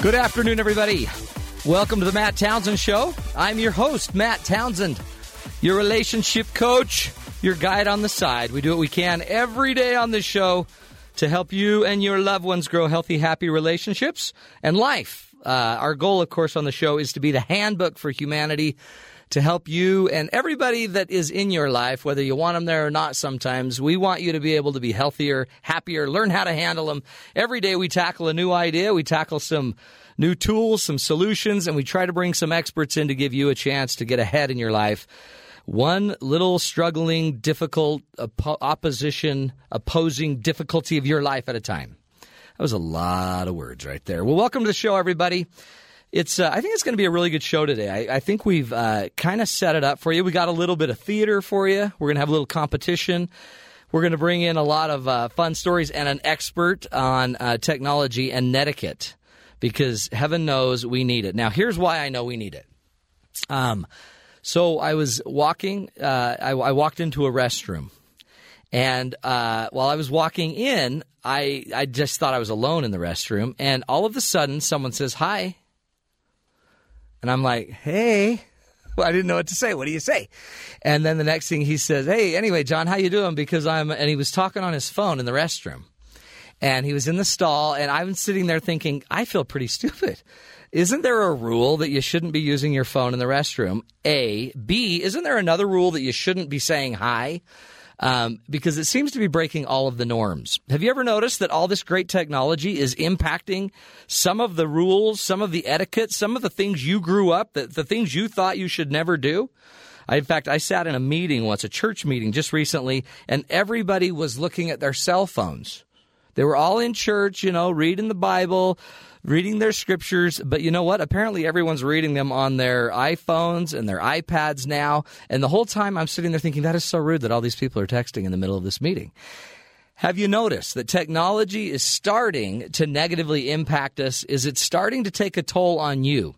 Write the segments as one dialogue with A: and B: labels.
A: Good afternoon, everybody. Welcome to the Matt Townsend Show. I'm your host, Matt Townsend, your relationship coach, your guide on the side. We do what we can every day on this show to help you and your loved ones grow healthy, happy relationships and life. Uh, our goal, of course, on the show is to be the handbook for humanity to help you and everybody that is in your life, whether you want them there or not sometimes. We want you to be able to be healthier, happier, learn how to handle them. Every day we tackle a new idea, we tackle some new tools, some solutions, and we try to bring some experts in to give you a chance to get ahead in your life. One little struggling, difficult oppo- opposition, opposing difficulty of your life at a time. That was a lot of words right there. Well, welcome to the show, everybody. It's uh, I think it's going to be a really good show today. I, I think we've uh, kind of set it up for you. We got a little bit of theater for you. We're going to have a little competition. We're going to bring in a lot of uh, fun stories and an expert on uh, technology and netiquette because heaven knows we need it. Now, here's why I know we need it. Um, so I was walking. Uh, I, I walked into a restroom, and uh, while I was walking in, I I just thought I was alone in the restroom, and all of a sudden, someone says hi, and I'm like, hey. Well, I didn't know what to say. What do you say? And then the next thing he says, hey, anyway, John, how you doing? Because I'm and he was talking on his phone in the restroom and he was in the stall and i was sitting there thinking i feel pretty stupid isn't there a rule that you shouldn't be using your phone in the restroom a b isn't there another rule that you shouldn't be saying hi um, because it seems to be breaking all of the norms. Have you ever noticed that all this great technology is impacting some of the rules, some of the etiquette, some of the things you grew up, the, the things you thought you should never do? I, in fact, I sat in a meeting once, a church meeting just recently, and everybody was looking at their cell phones. They were all in church, you know, reading the Bible, reading their scriptures. But you know what? Apparently, everyone's reading them on their iPhones and their iPads now. And the whole time I'm sitting there thinking, that is so rude that all these people are texting in the middle of this meeting. Have you noticed that technology is starting to negatively impact us? Is it starting to take a toll on you?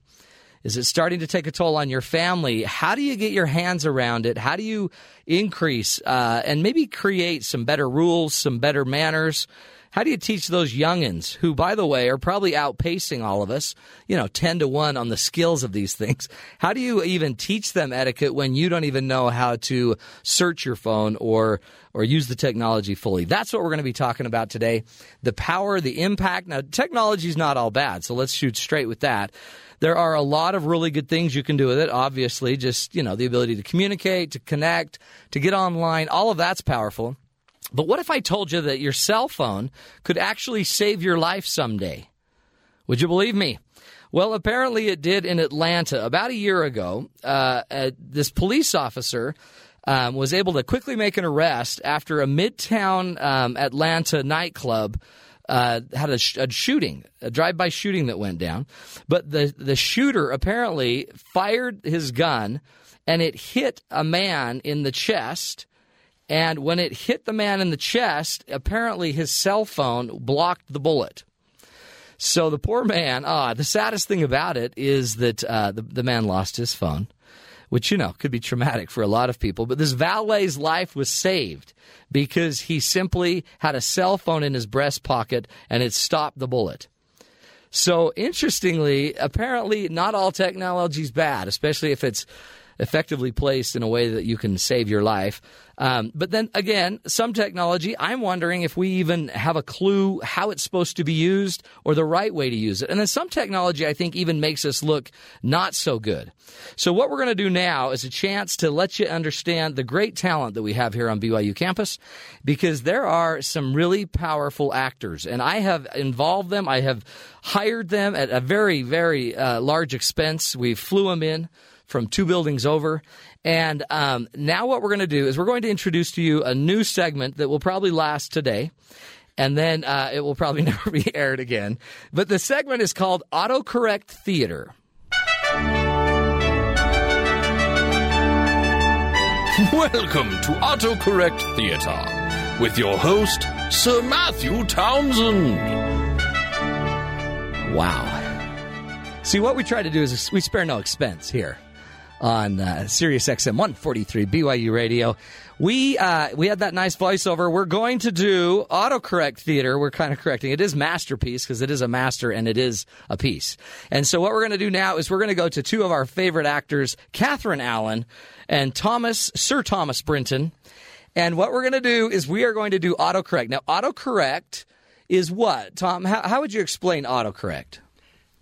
A: Is it starting to take a toll on your family? How do you get your hands around it? How do you increase uh, and maybe create some better rules, some better manners? How do you teach those youngins who, by the way, are probably outpacing all of us, you know, 10 to 1 on the skills of these things? How do you even teach them etiquette when you don't even know how to search your phone or or use the technology fully. That's what we're going to be talking about today. The power, the impact. Now, technology is not all bad, so let's shoot straight with that. There are a lot of really good things you can do with it, obviously, just, you know, the ability to communicate, to connect, to get online, all of that's powerful. But what if I told you that your cell phone could actually save your life someday? Would you believe me? Well, apparently it did in Atlanta. About a year ago, uh, uh, this police officer um, was able to quickly make an arrest after a midtown um, Atlanta nightclub. Uh, had a, sh- a shooting, a drive-by shooting that went down, but the the shooter apparently fired his gun, and it hit a man in the chest, and when it hit the man in the chest, apparently his cell phone blocked the bullet. So the poor man, ah, the saddest thing about it is that uh, the, the man lost his phone, which, you know, could be traumatic for a lot of people. But this valet's life was saved because he simply had a cell phone in his breast pocket and it stopped the bullet. So interestingly, apparently not all technology is bad, especially if it's effectively placed in a way that you can save your life. Um, but then again, some technology, I'm wondering if we even have a clue how it's supposed to be used or the right way to use it. And then some technology, I think, even makes us look not so good. So what we're going to do now is a chance to let you understand the great talent that we have here on BYU campus because there are some really powerful actors and I have involved them. I have hired them at a very, very uh, large expense. We flew them in from two buildings over. And um, now, what we're going to do is we're going to introduce to you a new segment that will probably last today. And then uh, it will probably never be aired again. But the segment is called Autocorrect Theater.
B: Welcome to Autocorrect Theatre with your host, Sir Matthew Townsend.
A: Wow. See, what we try to do is we spare no expense here. on uh, Sirius XM 143 BYU Radio. We uh, we had that nice voiceover. We're going to do autocorrect theater. We're kind of correcting. It is masterpiece because it is a master and it is a piece. And so what we're going to do now is we're going to go to two of our favorite actors, Catherine Allen and Thomas Sir Thomas Brinton. And what we're going to do is we are going to do autocorrect. Now autocorrect is what Tom? How, how would you explain autocorrect?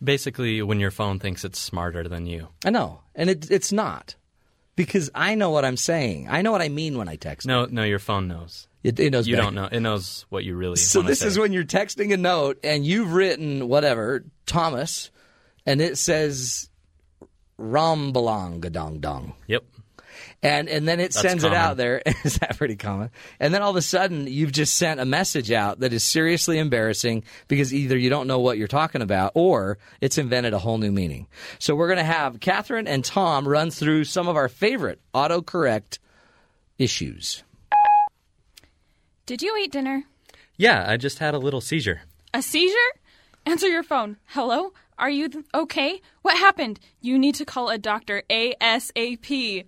C: Basically, when your phone thinks it's smarter than you.
A: I know, and it, it's not because I know what I'm saying. I know what I mean when I text.
C: No, no, your phone knows.
A: It, it knows
C: You
A: better.
C: don't know. It knows what you really.
A: So
C: wanna
A: this
C: say.
A: is when you're texting a note and you've written whatever Thomas, and it says Rombalong dong dong,
C: Yep.
A: and and then it sends it
C: common.
A: out there. is that pretty common? And then all of a sudden you've just sent a message out that is seriously embarrassing because either you don't know what you're talking about or it's invented a whole new meaning. So we're gonna have Catherine and Tom run through some of our favorite autocorrect issues.
D: Did you eat dinner?
C: Yeah, I just had a little seizure.
D: A seizure? Answer your phone. Hello? Are you th- okay? What happened? You need to call a doctor ASAP.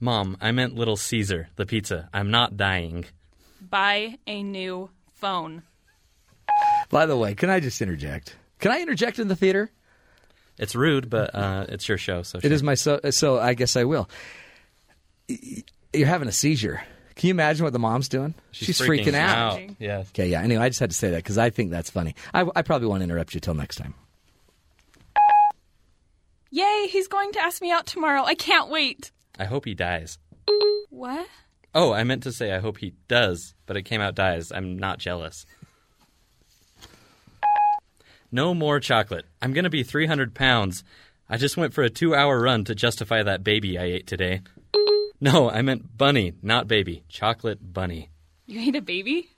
C: Mom, I meant Little Caesar, the pizza. I'm not dying.
D: Buy a new phone.
A: By the way, can I just interject? Can I interject in the theater?
C: It's rude, but uh, it's your show, so
A: It is my so, so I guess I will. You're having a seizure. Can you imagine what the mom's doing?
C: she's, freaking, out. Yeah.
A: Okay, yeah. Anyway, I just had to say that because I think that's funny. I, I probably won't interrupt you till next time.
D: Yay, he's going to ask me out tomorrow. I can't wait.
C: I hope he dies.
D: What?
C: Oh, I meant to say I hope he does, but it came out dies. I'm not jealous. No more chocolate. I'm going to be 300 pounds. I just went for a two hour run to justify that baby I ate today. No, I meant bunny, not baby. Chocolate bunny.
D: You ate a baby?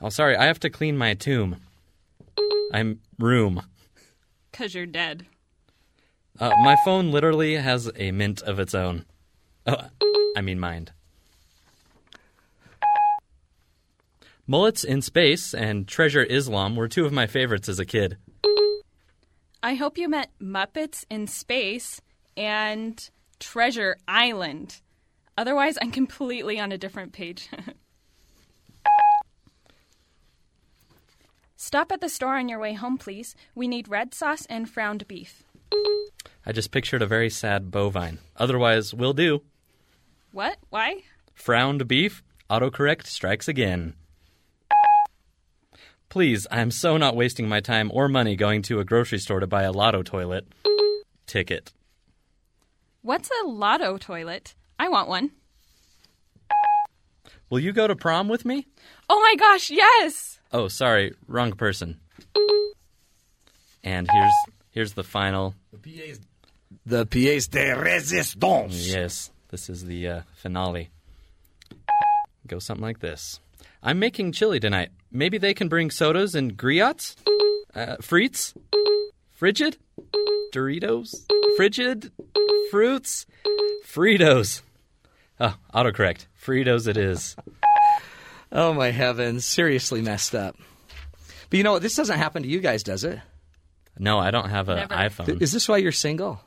C: Oh, sorry, I have to clean my tomb. I'm room.
D: Cause you're dead.
C: Uh, my phone literally has a mint of its own. Oh, I mean, mind. Mullets in Space and Treasure Islam were two of my favorites as a kid.
D: I hope you meant Muppets in Space and Treasure Island. Otherwise, I'm completely on a different page. Stop at the store on your way home, please. We need red sauce and frowned beef.
C: I just pictured a very sad bovine. Otherwise, will do.
D: What? Why?
C: Frowned beef, autocorrect strikes again. Please, I am so not wasting my time or money going to a grocery store to buy a lotto toilet. Ticket.
D: What's a lotto toilet? I want one.
C: Will you go to prom with me?
D: Oh my gosh, yes!
C: Oh, sorry, wrong person. And here's here's the final.
A: The pièce de résistance.
C: Yes, this is the uh, finale. Go something like this. I'm making chili tonight. Maybe they can bring sodas and griots, uh, frites, frigid, Doritos, frigid, fruits, Fritos. Oh, autocorrect. Fritos it is.
A: Oh my heavens! Seriously messed up. But you know what? This doesn't happen to you guys, does it?
C: No, I don't have an
D: Never.
C: iPhone.
A: Is this why you're single?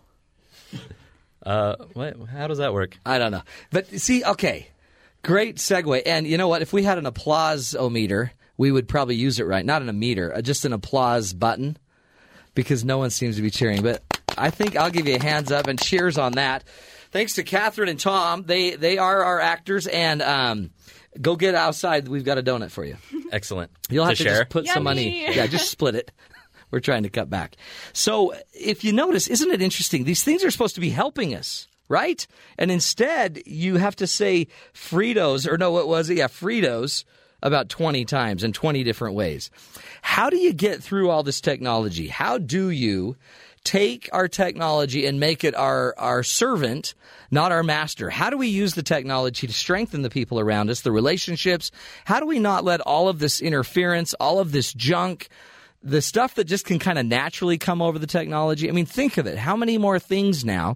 C: uh, what? How does that work?
A: I don't know. But see, okay, great segue. And you know what? If we had an applause o meter, we would probably use it right. Not an meter, uh, just an applause button, because no one seems to be cheering. But I think I'll give you a hands up and cheers on that. Thanks to Catherine and Tom. They they are our actors. And um, go get outside. We've got a donut for you.
C: Excellent.
A: You'll have to,
C: share.
A: just put some money.
D: Yummy.
A: Yeah, just split it. We're trying to cut back. So if you notice, isn't it interesting? These things are supposed to be helping us, right? And instead, you have to say Fritos, or no, what was it? Yeah, Fritos about 20 times in 20 different ways. How do you get through all this technology? How do you take our technology and make it our, our servant, not our master? How do we use the technology to strengthen the people around us, the relationships? How do we not let all of this interference, all of this junk, the stuff that just can kind of naturally come over the technology. I mean, think of it. How many more things now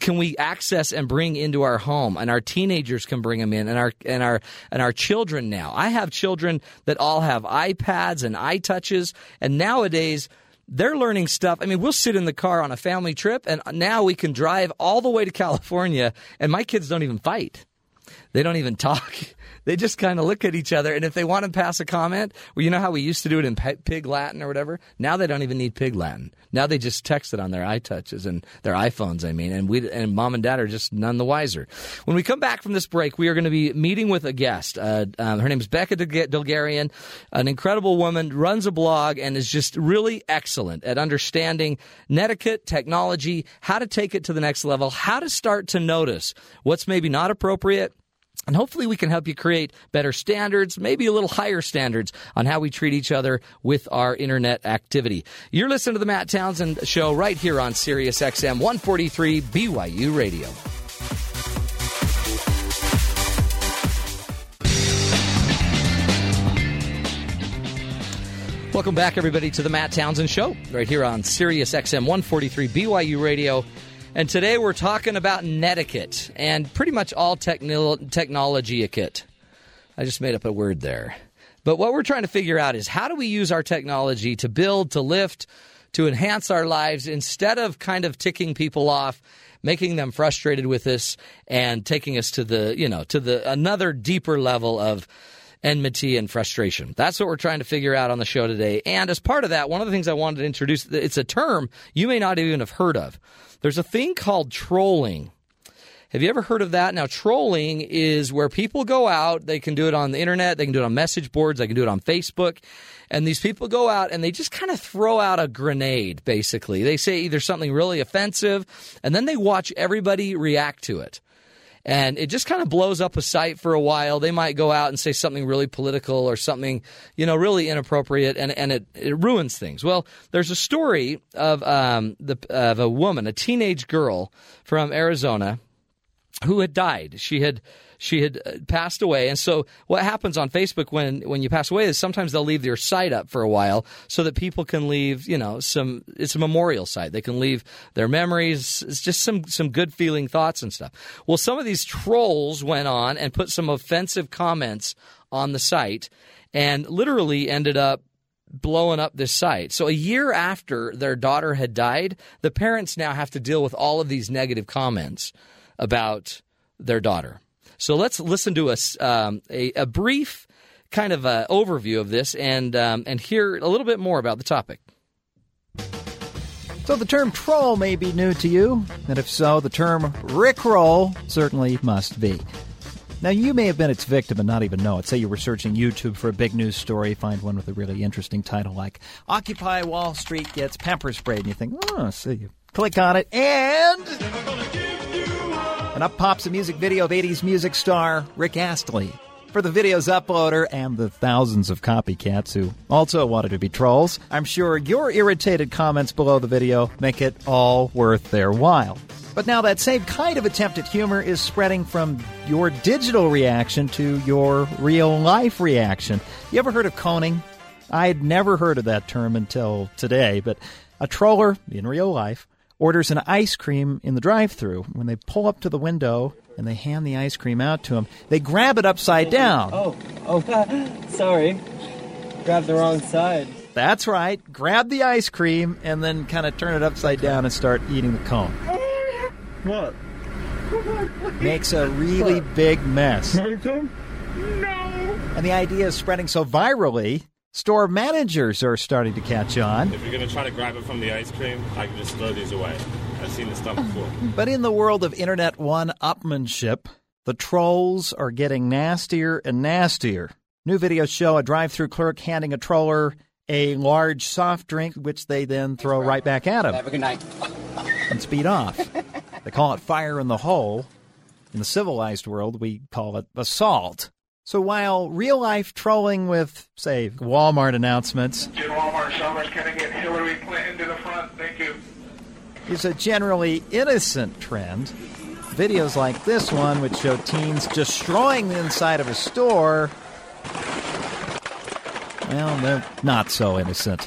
A: can we access and bring into our home and our teenagers can bring them in and our and our and our children now. I have children that all have iPads and iTouches and nowadays they're learning stuff. I mean, we'll sit in the car on a family trip, and now we can drive all the way to California, and my kids don't even fight. They don't even talk. They just kind of look at each other, and if they want to pass a comment, well, you know how we used to do it in pe- Pig Latin or whatever. Now they don't even need Pig Latin. Now they just text it on their iTouches and their iPhones. I mean, and we and mom and dad are just none the wiser. When we come back from this break, we are going to be meeting with a guest. Uh, um, her name's Becca Dulg- Dulgarian, an incredible woman, runs a blog and is just really excellent at understanding netiquette, technology, how to take it to the next level, how to start to notice what's maybe not appropriate. And hopefully, we can help you create better standards, maybe a little higher standards on how we treat each other with our internet activity. You're listening to The Matt Townsend Show right here on Sirius XM 143 BYU Radio. Welcome back, everybody, to The Matt Townsend Show right here on Sirius XM 143 BYU Radio. And today we're talking about netiquette and pretty much all technil- technology etiquette. I just made up a word there. But what we're trying to figure out is how do we use our technology to build, to lift, to enhance our lives instead of kind of ticking people off, making them frustrated with us and taking us to the, you know, to the another deeper level of enmity and frustration. That's what we're trying to figure out on the show today. And as part of that, one of the things I wanted to introduce, it's a term you may not even have heard of. There's a thing called trolling. Have you ever heard of that? Now, trolling is where people go out. They can do it on the internet. They can do it on message boards. They can do it on Facebook. And these people go out and they just kind of throw out a grenade, basically. They say either something really offensive and then they watch everybody react to it and it just kind of blows up a site for a while. They might go out and say something really political or something, you know, really inappropriate, and, and it, it ruins things. Well, there's a story of um, the of a woman, a teenage girl from Arizona, who had died. She had she had uh, passed away, and so what happens on Facebook when when you pass away is sometimes they'll leave their site up for a while so that people can leave, you know, some it's a memorial site. They can leave their memories, it's just some some good feeling thoughts and stuff. Well, some of these trolls went on and put some offensive comments on the site, and literally ended up blowing up this site. So a year after their daughter had died, the parents now have to deal with all of these negative comments about their daughter. So let's listen to a, um, a, a brief kind of uh, overview of this and, um, and hear a little bit more about the topic.
E: So the term troll may be new to you, and if so, the term rickroll certainly must be. Now, you may have been its victim and not even know it. Say you were searching YouTube for a big news story, find one with a really interesting title like Occupy Wall Street Gets Pepper Sprayed, and you think, oh, so you click on it, and. And up pops a music video of 80s music star Rick Astley. For the video's uploader and the thousands of copycats who also wanted to be trolls, I'm sure your irritated comments below the video make it all worth their while. But now that same kind of attempt at humor is spreading from your digital reaction to your real life reaction. You ever heard of coning? I'd never heard of that term until today, but a troller in real life orders an ice cream in the drive through. When they pull up to the window and they hand the ice cream out to him, they grab it upside down.
F: Oh, oh, sorry. Grabbed the wrong side.
E: That's right, grab the ice cream and then kind of turn it upside down and start eating the cone.
G: What?
E: Makes a really big mess.
G: Welcome?
E: And the idea is spreading so virally, store managers are starting to catch on.
H: If you're gonna try to grab it from the ice cream, I can just throw these away. I've seen this done before.
E: But in the world of internet one upmanship, the trolls are getting nastier and nastier. New videos show a drive through clerk handing a troller a large soft drink, which they then throw right back at him. Have a good night. And speed off. They call it fire in the hole. In the civilized world, we call it assault. So while real life trolling with, say, Walmart announcements
I: Jim Walmart, Chalmers, can I get Hillary Clinton to the front? Thank you.
E: is a generally innocent trend. Videos like this one, which show teens destroying the inside of a store, well, they're not so innocent.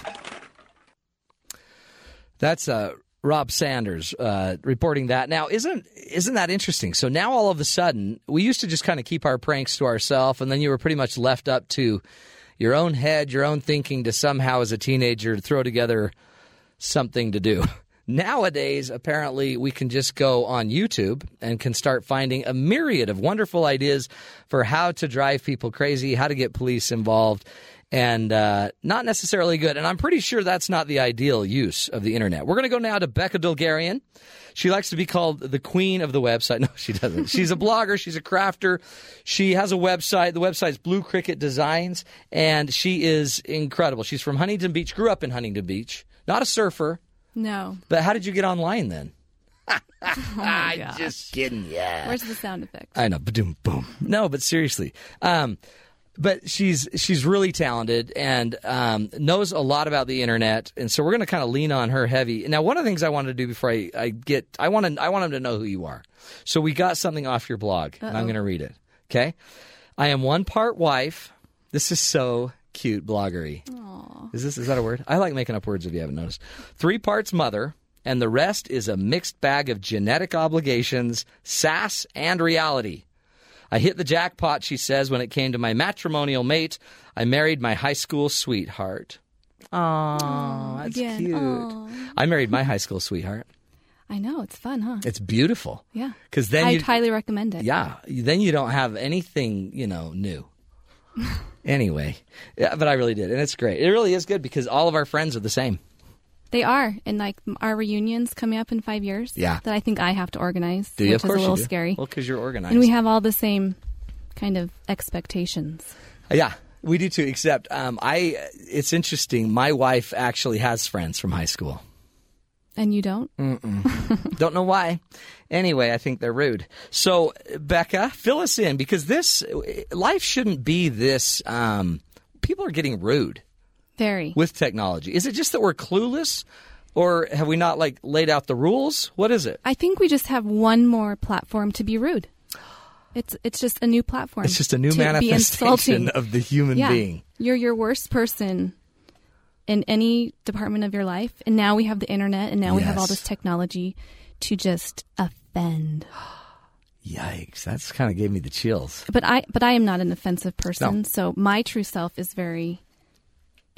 A: That's uh, Rob Sanders uh, reporting that. Now, isn't isn't that interesting? So now all of a sudden, we used to just kind of keep our pranks to ourselves, and then you were pretty much left up to your own head, your own thinking to somehow, as a teenager, throw together something to do. Nowadays, apparently, we can just go on YouTube and can start finding a myriad of wonderful ideas for how to drive people crazy, how to get police involved, and uh, not necessarily good. And I'm pretty sure that's not the ideal use of the internet. We're going to go now to Becca Dilgarian. She likes to be called the queen of the website. No, she doesn't. She's a blogger, she's a crafter. She has a website. The website's Blue Cricket Designs, and she is incredible. She's from Huntington Beach, grew up in Huntington Beach, not a surfer.
G: No.
A: But how did you get online then?
G: Oh my gosh.
A: kidding, yeah.
G: Where's the sound effect?
A: I know, boom, boom. No, but seriously, um, but she's she's really talented and um, knows a lot about the internet, and so we're going to kind of lean on her heavy. Now, one of the things I wanted to do before I, I get, I want to, I want them to know who you are. So we got something off your blog, and I'm going to read it. Okay, I am one part wife. This is so cute, bloggery. Is this is that a word? I like making up words if you haven't noticed. Three parts mother, and the rest is a mixed bag of genetic obligations, sass, and reality. I hit the jackpot, she says, when it came to my matrimonial mate. I married my high school sweetheart. Aww, that's
G: again,
A: cute. I married my high school sweetheart.
G: I know. It's fun, huh?
A: It's beautiful.
G: Yeah.
A: Because then
G: I'd
A: you,
G: highly recommend it.
A: yeah, then you don't have anything, you know, new. anyway, yeah, but I really did, and it's great. It really is good because all of our friends are the same.
G: They are. And like our reunions coming up in five years.
A: Yeah.
G: That I think I have to organize.
A: Do you?
G: Which
A: of course,
G: is a little
A: you do.
G: scary.
A: Well, because you're organized.
G: and we have all the same kind of expectations.
A: yeah, we do too. Except, um, I. It's interesting. My wife actually has friends from high school.
G: And you don't?
A: Mm. Don't know why. Anyway, I think they're rude. So, Becca, fill us in because this life shouldn't be this. Um, people are getting rude
G: Very.
A: with technology. Is it just that we're clueless, or have we not like laid out the rules? What is it?
G: I think we just have one more platform to be rude. It's it's just a new platform.
A: It's just a new
G: to be
A: manifestation
G: insulting.
A: of the human
G: yeah.
A: being.
G: You're your worst person in any department of your life, and now we have the internet, and now we have all
A: Yes.
G: this technology to just offend.
A: Yikes! That's kind of gave me the chills.
G: But I but I am not an offensive
A: No.
G: person, so my true self is very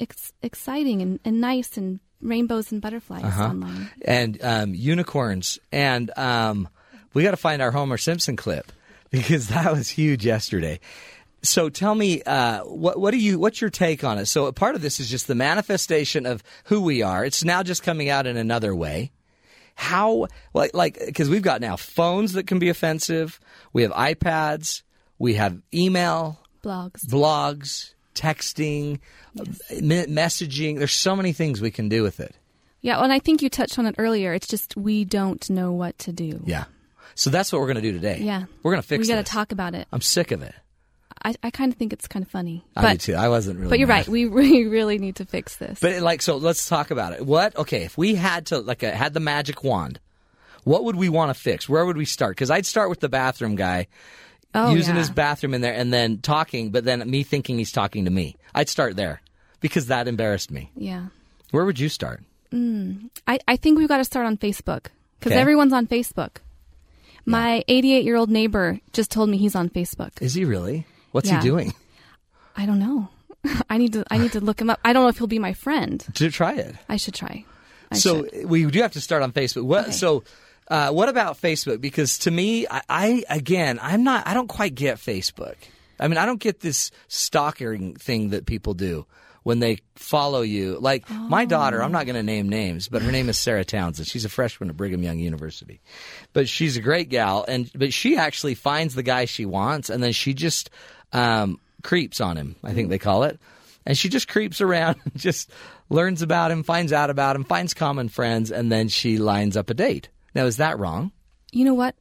G: ex- exciting and, and nice and rainbows and butterflies
A: Uh-huh.
G: online.
A: and um, unicorns. And um, we got to find our Homer Simpson clip because that was huge yesterday. So tell me, uh, what what do you what's your take on it? So a part of this is just the manifestation of who we are. It's now just coming out in another way. How like like because we've got now phones that can be offensive. We have iPads. We have email
G: Blogs.
A: blogs, texting, me- messaging. There's so many things we can do with it.
G: Yeah, and I think you touched on it earlier. It's just we don't know what to do.
A: Yeah. So that's what we're going to do today.
G: Yeah.
A: We're going to fix
G: We got
A: this.
G: to talk about it.
A: I'm sick of it.
G: I, I kind of think it's kind of funny.
A: I do
G: but,
A: too. I wasn't really.
G: but you're
A: mad.
G: right. We, we really need to fix this.
A: But it, like, so let's talk about it. What? Okay, if we had to, like, uh, had the magic wand, what would we want to fix? Where would we start? Because I'd start with the bathroom guy
G: oh,
A: using
G: yeah.
A: his bathroom in there and then talking, but then me thinking he's talking to me. I'd start there because that embarrassed me.
G: Yeah.
A: Where would you start?
G: I, I think we've got to start on Facebook because
A: Okay.
G: everyone's on Facebook. My 88 year old neighbor just told me he's on Facebook.
A: Is he really? What's
G: Yeah.
A: he doing?
G: I don't know. I need to I need to look him up. I don't know if he'll be my friend.
A: To try it.
G: I should try. I
A: so
G: should.
A: we do have to start on Facebook. What,
G: Okay.
A: So, uh, what about Facebook? Because to me, I, I again, I'm not. I don't quite get Facebook. I mean, I don't get this stalking thing that people do when they follow you. Like my daughter, I'm not going to name names, but her name is Sarah Townsend. She's a freshman at Brigham Young University, but she's a great gal, and but she actually finds the guy she wants, and then she just um, creeps on him. I think they call it and she just creeps around and just learns about him, finds out about him, finds common friends, and then she lines up a date. Now, is that wrong?
G: you know what?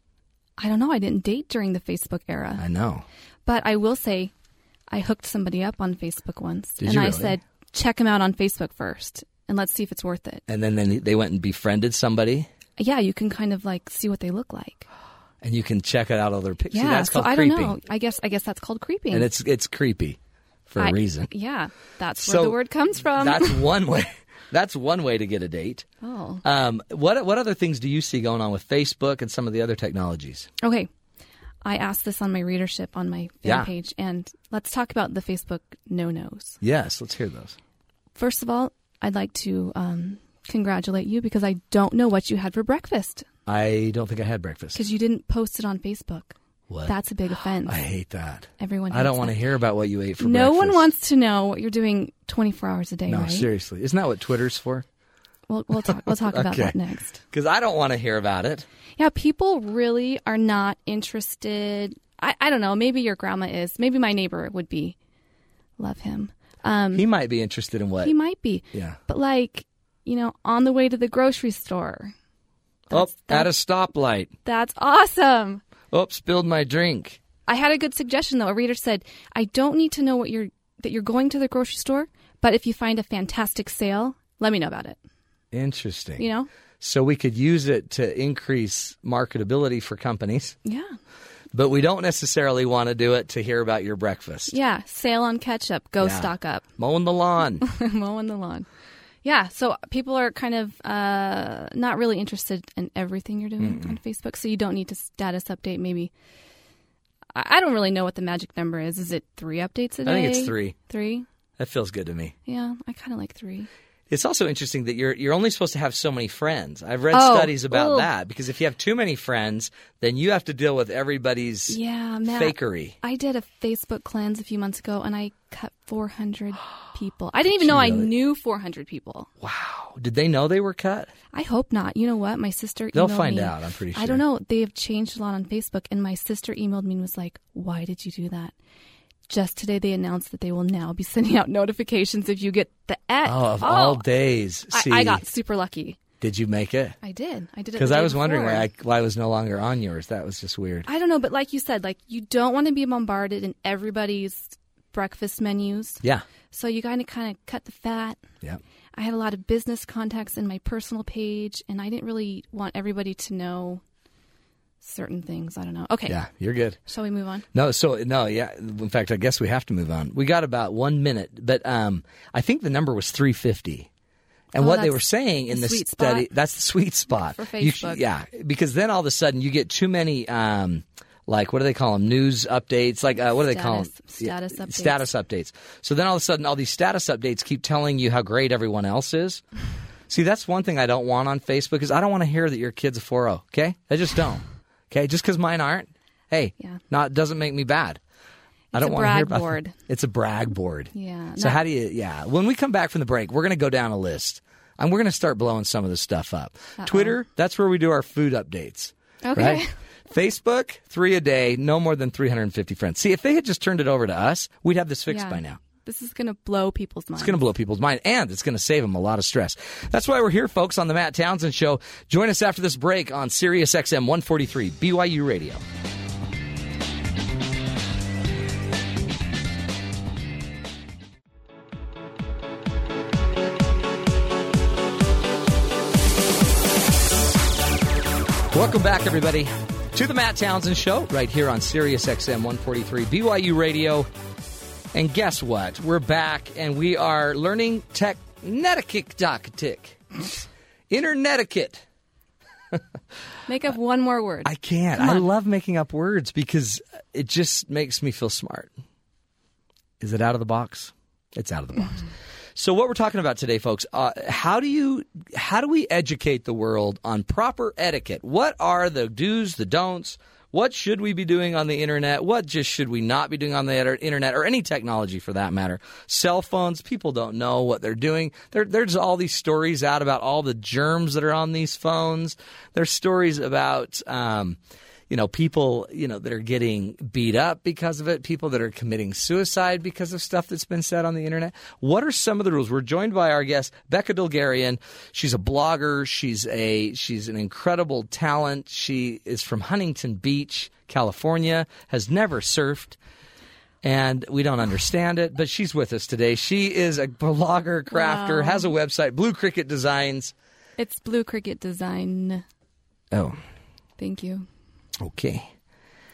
G: I don't know. I didn't date during the Facebook era.
A: I know.
G: But I will say, I hooked somebody up on Facebook once,
A: Did
G: and
A: you
G: I
A: really?
G: said, check him out on Facebook first, and let's see if it's worth it.
A: And then they, they went and befriended somebody,
G: Yeah, you can kind of like see what they look like.
A: and you can check it out all their pictures.
G: Yeah,
A: that's
G: so
A: called
G: I don't
A: creeping,
G: know. I guess I guess that's called creeping.
A: and it's it's creepy for a
G: I- Um.
A: reason.
G: Yeah, that's
A: So,
G: where the word comes from.
A: that's one way. That's one way to get a date.
G: oh,
A: Um, what what other things do you see going on with Facebook and some of the other technologies?
G: okay. I asked this on my readership on my fan
A: Yeah.
G: page, and let's talk about the Facebook no nos.
A: Yes, let's hear those.
G: First of all, I'd like to um, congratulate you because I don't know what you had for breakfast
J: I don't think I had breakfast.
G: because you didn't post it on Facebook.
J: What?
G: That's a big offense.
J: I hate that.
G: Everyone
J: I don't
G: hates
J: want to
G: that.
J: hear about what you ate for
G: no
J: breakfast.
G: one wants to know what you're doing 24 hours a day,
J: No,
G: right?
J: seriously. Isn't that what Twitter's for?
G: We'll, we'll talk, we'll talk about
J: Okay.
G: that next.
A: Because I don't want to hear about it.
G: Yeah, people really are not interested. I, I don't know. Maybe your grandma is. Maybe my neighbor would be. Love him. Um,
J: He might be interested in what?
G: he might be.
J: Yeah.
G: But like, you know, on the way to the grocery store.
A: Oh, at a stoplight.
G: That's awesome.
A: Oh, spilled my drink.
G: I had a good suggestion though. A reader said, "I don't need to know what you're that you're going to the grocery store, but if you find a fantastic sale, let me know about it."
J: Interesting.
G: You know?
A: So we could use it to increase marketability for companies,
G: Yeah.
A: but we don't necessarily want to do it to hear about your breakfast.
G: Yeah, sale on ketchup. Go
A: Yeah.
G: stock up.
A: Mowing the lawn.
G: mowing the lawn. Yeah, so people are kind of uh, not really interested in everything you're doing on Facebook, so you don't need to status update. Maybe I I don't really know what the magic number is. Is it three updates a day?
A: I think it's three.
G: Three.
A: that feels good to me.
G: Yeah, I kind of like three.
A: It's also interesting that you're you're only supposed to have so many friends. I've read
G: Oh,
A: studies about
G: ooh.
A: that because if you have too many friends, then you have to deal with everybody's
G: Yeah, Matt.
A: fakery.
G: I did a Facebook cleanse a few months ago, and I cut 400 people. I didn't even know I knew 400 people.
A: Wow. Did they know they were cut?
G: I hope not. You know what? My sister.
A: They'll
G: emailed
A: find
G: me.
A: out, I'm pretty
G: I
A: sure.
G: don't know. They have changed a lot on Facebook, and my sister emailed me and was like, "Why did you do that?" Just today, they announced that they will now be sending out notifications if you get the X.
A: Oh, of
G: Oh,
A: all days.
G: I,
A: See,
G: I got super lucky.
A: Did you make it?
G: I did. I did it
A: Because
G: the
A: I
G: day
A: was wondering
G: before.
A: why I, why I was no longer on yours. That was just weird.
G: I don't know, but like you said, like you don't want to be bombarded in everybody's breakfast menus,
A: Yeah.
G: so you kind of kind of cut the fat.
J: Yeah.
G: I had a lot of business contacts in my personal page, and I didn't really want everybody to know certain things. I don't know. Okay.
J: Yeah, you're good.
G: Shall we move on?
J: No, so no, yeah. In fact, I guess we have to move on. We got about one minute, but um, I think the number was 350. And
G: Oh,
J: what they
G: that's
J: were saying in
G: the
J: this
G: sweet
J: study,
G: spot.
J: that's the sweet spot.
G: For
J: You
G: Facebook.
J: yeah, because then all of a sudden you get too many, um, like, what do they call them? News updates? Like, uh, what do they call them?
G: Status- status updates.
J: Status updates. So then all of a sudden all these status updates keep telling you how great everyone else is. See, that's one thing I don't want on Facebook is I don't want to hear that your kid's a 4.0, okay? I just don't. Okay, just because mine aren't, hey,
G: Yeah.
J: not doesn't make me bad. I
G: It's
J: don't
G: a
J: want to hear
G: brag
J: about
G: board.
J: It's a brag board.
G: Yeah,
J: So
G: not-
J: how do you? Yeah. When we come back from the break, we're going to go down a list and we're going to start blowing some of this stuff up. Twitter, that's where we do our food updates.
G: Okay.
J: Right? Facebook, three a day, no more than 350 friends. See, if they had just turned it over to us, we'd have this fixed
G: Yeah.
J: by now.
G: This is going to blow people's minds.
J: It's going to blow people's mind and it's going to save them a lot of stress. That's why we're here, folks, on the Matt Townsend Show. Join us after this break on Sirius XM 143 BYU Radio.
A: Welcome back, everybody, to the Matt Townsend Show right here on Sirius XM 143 BYU Radio. And guess what? We're back and we are learning tech netiquette doc-tic. Internet etiquette.
G: Make up one more word.
J: I can't. I love making up words because it just makes me feel smart. Is it out of the box? It's out of the box.
A: So what we're talking about today, folks, uh, how do you how do we educate the world on proper etiquette? What are the do's, the don'ts? What should we be doing on the internet? What just should we not be doing on the inter- internet or any technology for that matter? Cell phones, people don't know what they're doing. There, there's all these stories out about all the germs that are on these phones. There's stories about. Um, you know, people, you know, that are getting beat up because of it, people that are committing suicide because of stuff that's been said on the internet. What are some of the rules? We're joined by our guest, Becca Dulgarian. She's a blogger. She's a she's an incredible talent. She is from Huntington Beach, California, has never surfed. And we don't understand it, but she's with us today. She is a blogger, crafter,
G: Wow.
A: has a website, Blue Cricket Designs.
G: it's Blue Cricket Design.
A: Oh,
G: Thank you.
A: okay.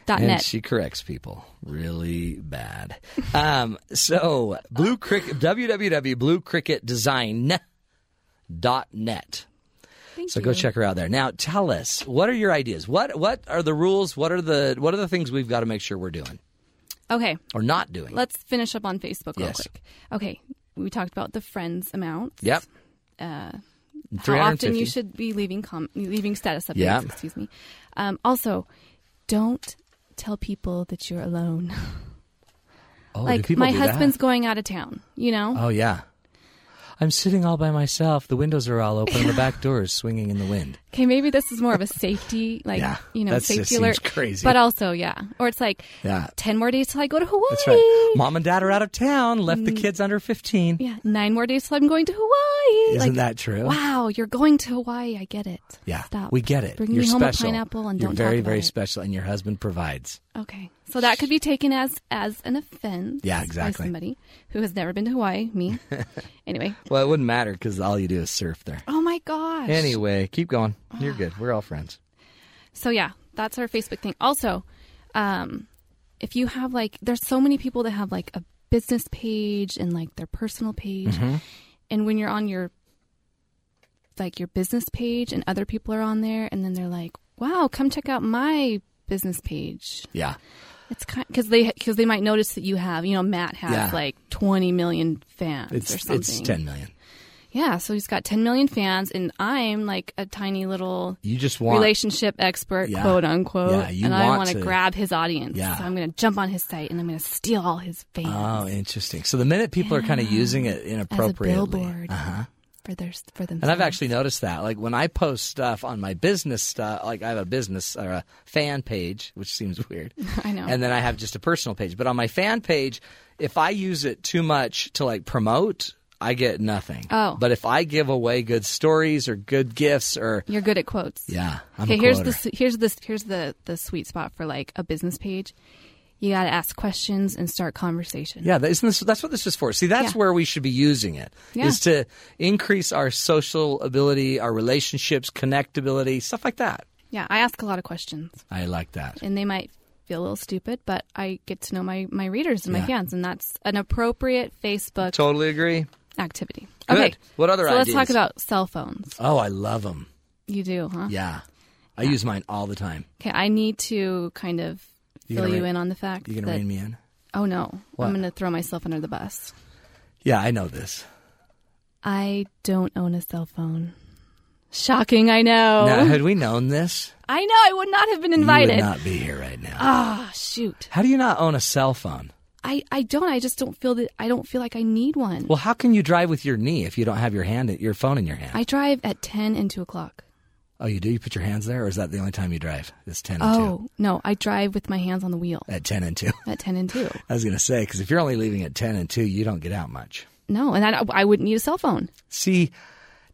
G: Dot
A: and
G: net.
A: she corrects people really bad. Um, so blue cricket www.bluecricketdesign.net.
G: Thank
A: So
G: you.
A: go check her out there. Now tell us what are your ideas? What what are the rules? What are the what are the things we've got to make sure we're doing
G: Okay,
A: or not doing?
G: let's finish up on Facebook real
A: Yes.
G: quick. Okay, we talked about the friends amount.
A: yep.
G: uh, how often
A: 350.
G: you should be leaving com- leaving status updates.
A: Yeah.
G: Excuse me. Um, also, don't tell people that you're alone.
A: Oh, do
G: like
A: people
G: my
A: do that?
G: husband's going out of town. You know.
A: Oh yeah. I'm sitting all by myself. The windows are all open. and The back door is swinging in the wind.
G: Okay, maybe this is more of a safety, like
A: Yeah,
G: you know,
A: that
G: safety
A: just seems
G: alert.
A: crazy.
G: but also, yeah, or it's like
A: Yeah.
G: ten more days till I go to Hawaii.
A: That's right. Mom and dad are out of town. Left
G: Mm.
A: the kids under 15.
G: Yeah, nine more days till I'm going to Hawaii.
A: Isn't
G: Like,
A: that true?
G: Wow, you're going to Hawaii. I get it.
A: Yeah,
G: Stop.
A: we get it.
G: Bring
A: You're
G: me home
A: special.
G: a pineapple and
A: You're
G: don't
A: very,
G: talk about
A: very
G: it.
A: special, and your husband provides.
G: Okay, so that could be taken as as an offense.
A: Yeah,
G: By
A: exactly.
G: somebody who has never been to Hawaii, me. anyway,
A: Well, it wouldn't matter because all you do is surf there.
G: oh my gosh.
A: Anyway, keep going. You're good. We're all friends.
G: So yeah, that's our Facebook thing. Also, um, if you have like, there's so many people that have like a business page and like their personal page,
A: Mm-hmm.
G: and when you're on your like your business page and other people are on there, and then they're like, "Wow, come check out my business page."
A: Yeah.
G: It's kind because they because they might notice that you have you know Matt has
A: Yeah.
G: like 20 million fans or
A: It's
G: something.
A: it's 10 million.
G: Yeah, so he's got 10 million fans, and I'm like a tiny little
A: You just want.
G: relationship expert,
A: Yeah.
G: quote unquote.
A: Yeah, you
G: and I
A: want
G: wanna
A: to-
G: grab his audience.
A: Yeah.
G: So I'm going to jump on his site and I'm going to steal all his fans
A: Oh, interesting. So the minute people are kind of using it
G: Ah, as a
A: inappropriately.
G: billboard for their for themselves.
A: Uh-huh. And I've actually noticed that. Like when I post stuff on my business stuff, like I have a business or a fan page, which seems weird.
G: I know.
A: And then I have just a personal page. But on my fan page, if I use it too much to like promote, I get nothing.
G: Oh.
A: But if I give away good stories or good gifts or
G: You're good at quotes.
A: yeah, I'm
G: Okay,
A: a
G: here's the
A: quoter.
G: s- here's the here's the the sweet spot for like a business page. You got to ask questions and start conversation.
A: Yeah, that, isn't this, that's what this is for. See, that's
G: Yeah.
A: where we should be using it is
G: Yeah.
A: to increase our social ability, our relationships, connectability, stuff like that.
G: Yeah, I ask a lot of questions.
A: I like that.
G: and they might feel a little stupid, but I get to know my, my readers and my
A: Yeah.
G: fans, and that's an appropriate Facebook
A: Totally agree.
G: activity.
A: Good.
G: Okay.
A: What other
G: so
A: ideas?
G: let's talk about cell phones.
A: Oh, I love them.
G: You do, huh?
A: Yeah. I use mine all the time.
G: Okay, I need to kind of
A: You
G: fill
A: gonna
G: you
A: rein-
G: in on the fact
A: You going to
G: that
A: rein me in?
G: oh no,
A: What?
G: I'm going to throw myself under the bus.
A: Yeah, I know this.
G: I don't own a cell phone. Shocking, I know.
A: Now, had we known this,
G: I know. I would not have been
A: you
G: Oh. invited.
A: would not be here right now.
G: Ah, shoot.
A: how do you not own a cell phone?
G: I, I don't. I just don't feel that. I don't feel like I need one.
A: Well, how can you drive with your knee if you don't have your hand, your phone in your hand?
G: I drive at ten and two o'clock.
A: oh, you do? You put your hands there, or is that the only time you drive? It's 10 and
G: Oh no, I drive with my hands on the wheel
A: 2. At 10 and 2.
G: at ten and two.
A: I was going to say, because if you're only leaving at 10 and 2, you don't get out much.
G: No, and I, I wouldn't need a cell phone.
A: See,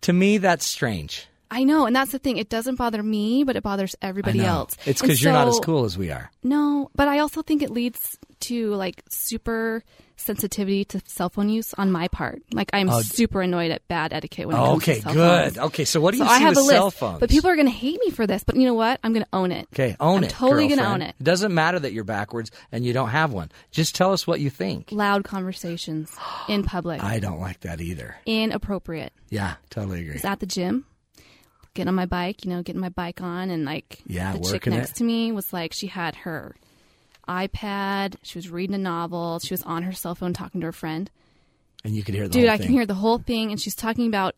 A: to me, that's strange.
G: I know, and that's the thing. It doesn't bother me, but it bothers everybody
A: I know.
G: else.
A: It's
G: And
A: because you're not as
G: so-
A: cool as we are.
G: No, but I also think it leads to like super sensitivity to cell phone use on my part. Like I'm
A: Oh, d- Oh,
G: super annoyed at bad etiquette when it comes
A: Okay,
G: to cell
A: good.
G: phones.
A: Okay, so what do
G: so
A: you
G: I
A: see
G: have
A: with
G: a list,
A: cell phones?
G: but people are going to hate me for this. But you know what? I'm going to own it.
A: Okay, own
G: I'm
A: it.
G: Totally gonna
A: girlfriend.
G: own it.
A: It doesn't matter that you're backwards and you don't have one. Just tell us what you think.
G: Loud conversations in public,
A: I don't like that either.
G: inappropriate.
A: Yeah, totally agree.
G: was at the gym, getting on my bike, you know, getting my bike on, and like
A: Yeah,
G: the chick
A: working
G: next
A: it.
G: to me was like, she had her iPad, she was reading a novel, she was on her cell phone talking to her friend.
A: And you could hear the
G: Dude,
A: whole
G: I
A: thing.
G: can hear the whole thing, and she's talking about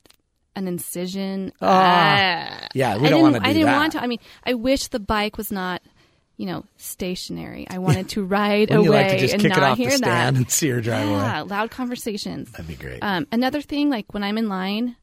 G: an incision.
A: Ah,
G: Ah.
A: yeah, we don't
G: I didn't.
A: wanna do
G: I didn't
A: that.
G: want to. I mean, I wish the bike was not. You know, stationary. I wanted to ride
A: Wouldn't
G: away
A: you like to just
G: and
A: kick
G: not
A: it off the
G: hear
A: stand
G: that.
A: and see her drive away?
G: Yeah, loud conversations.
A: That'd be great.
G: Um, another thing, like when I'm in line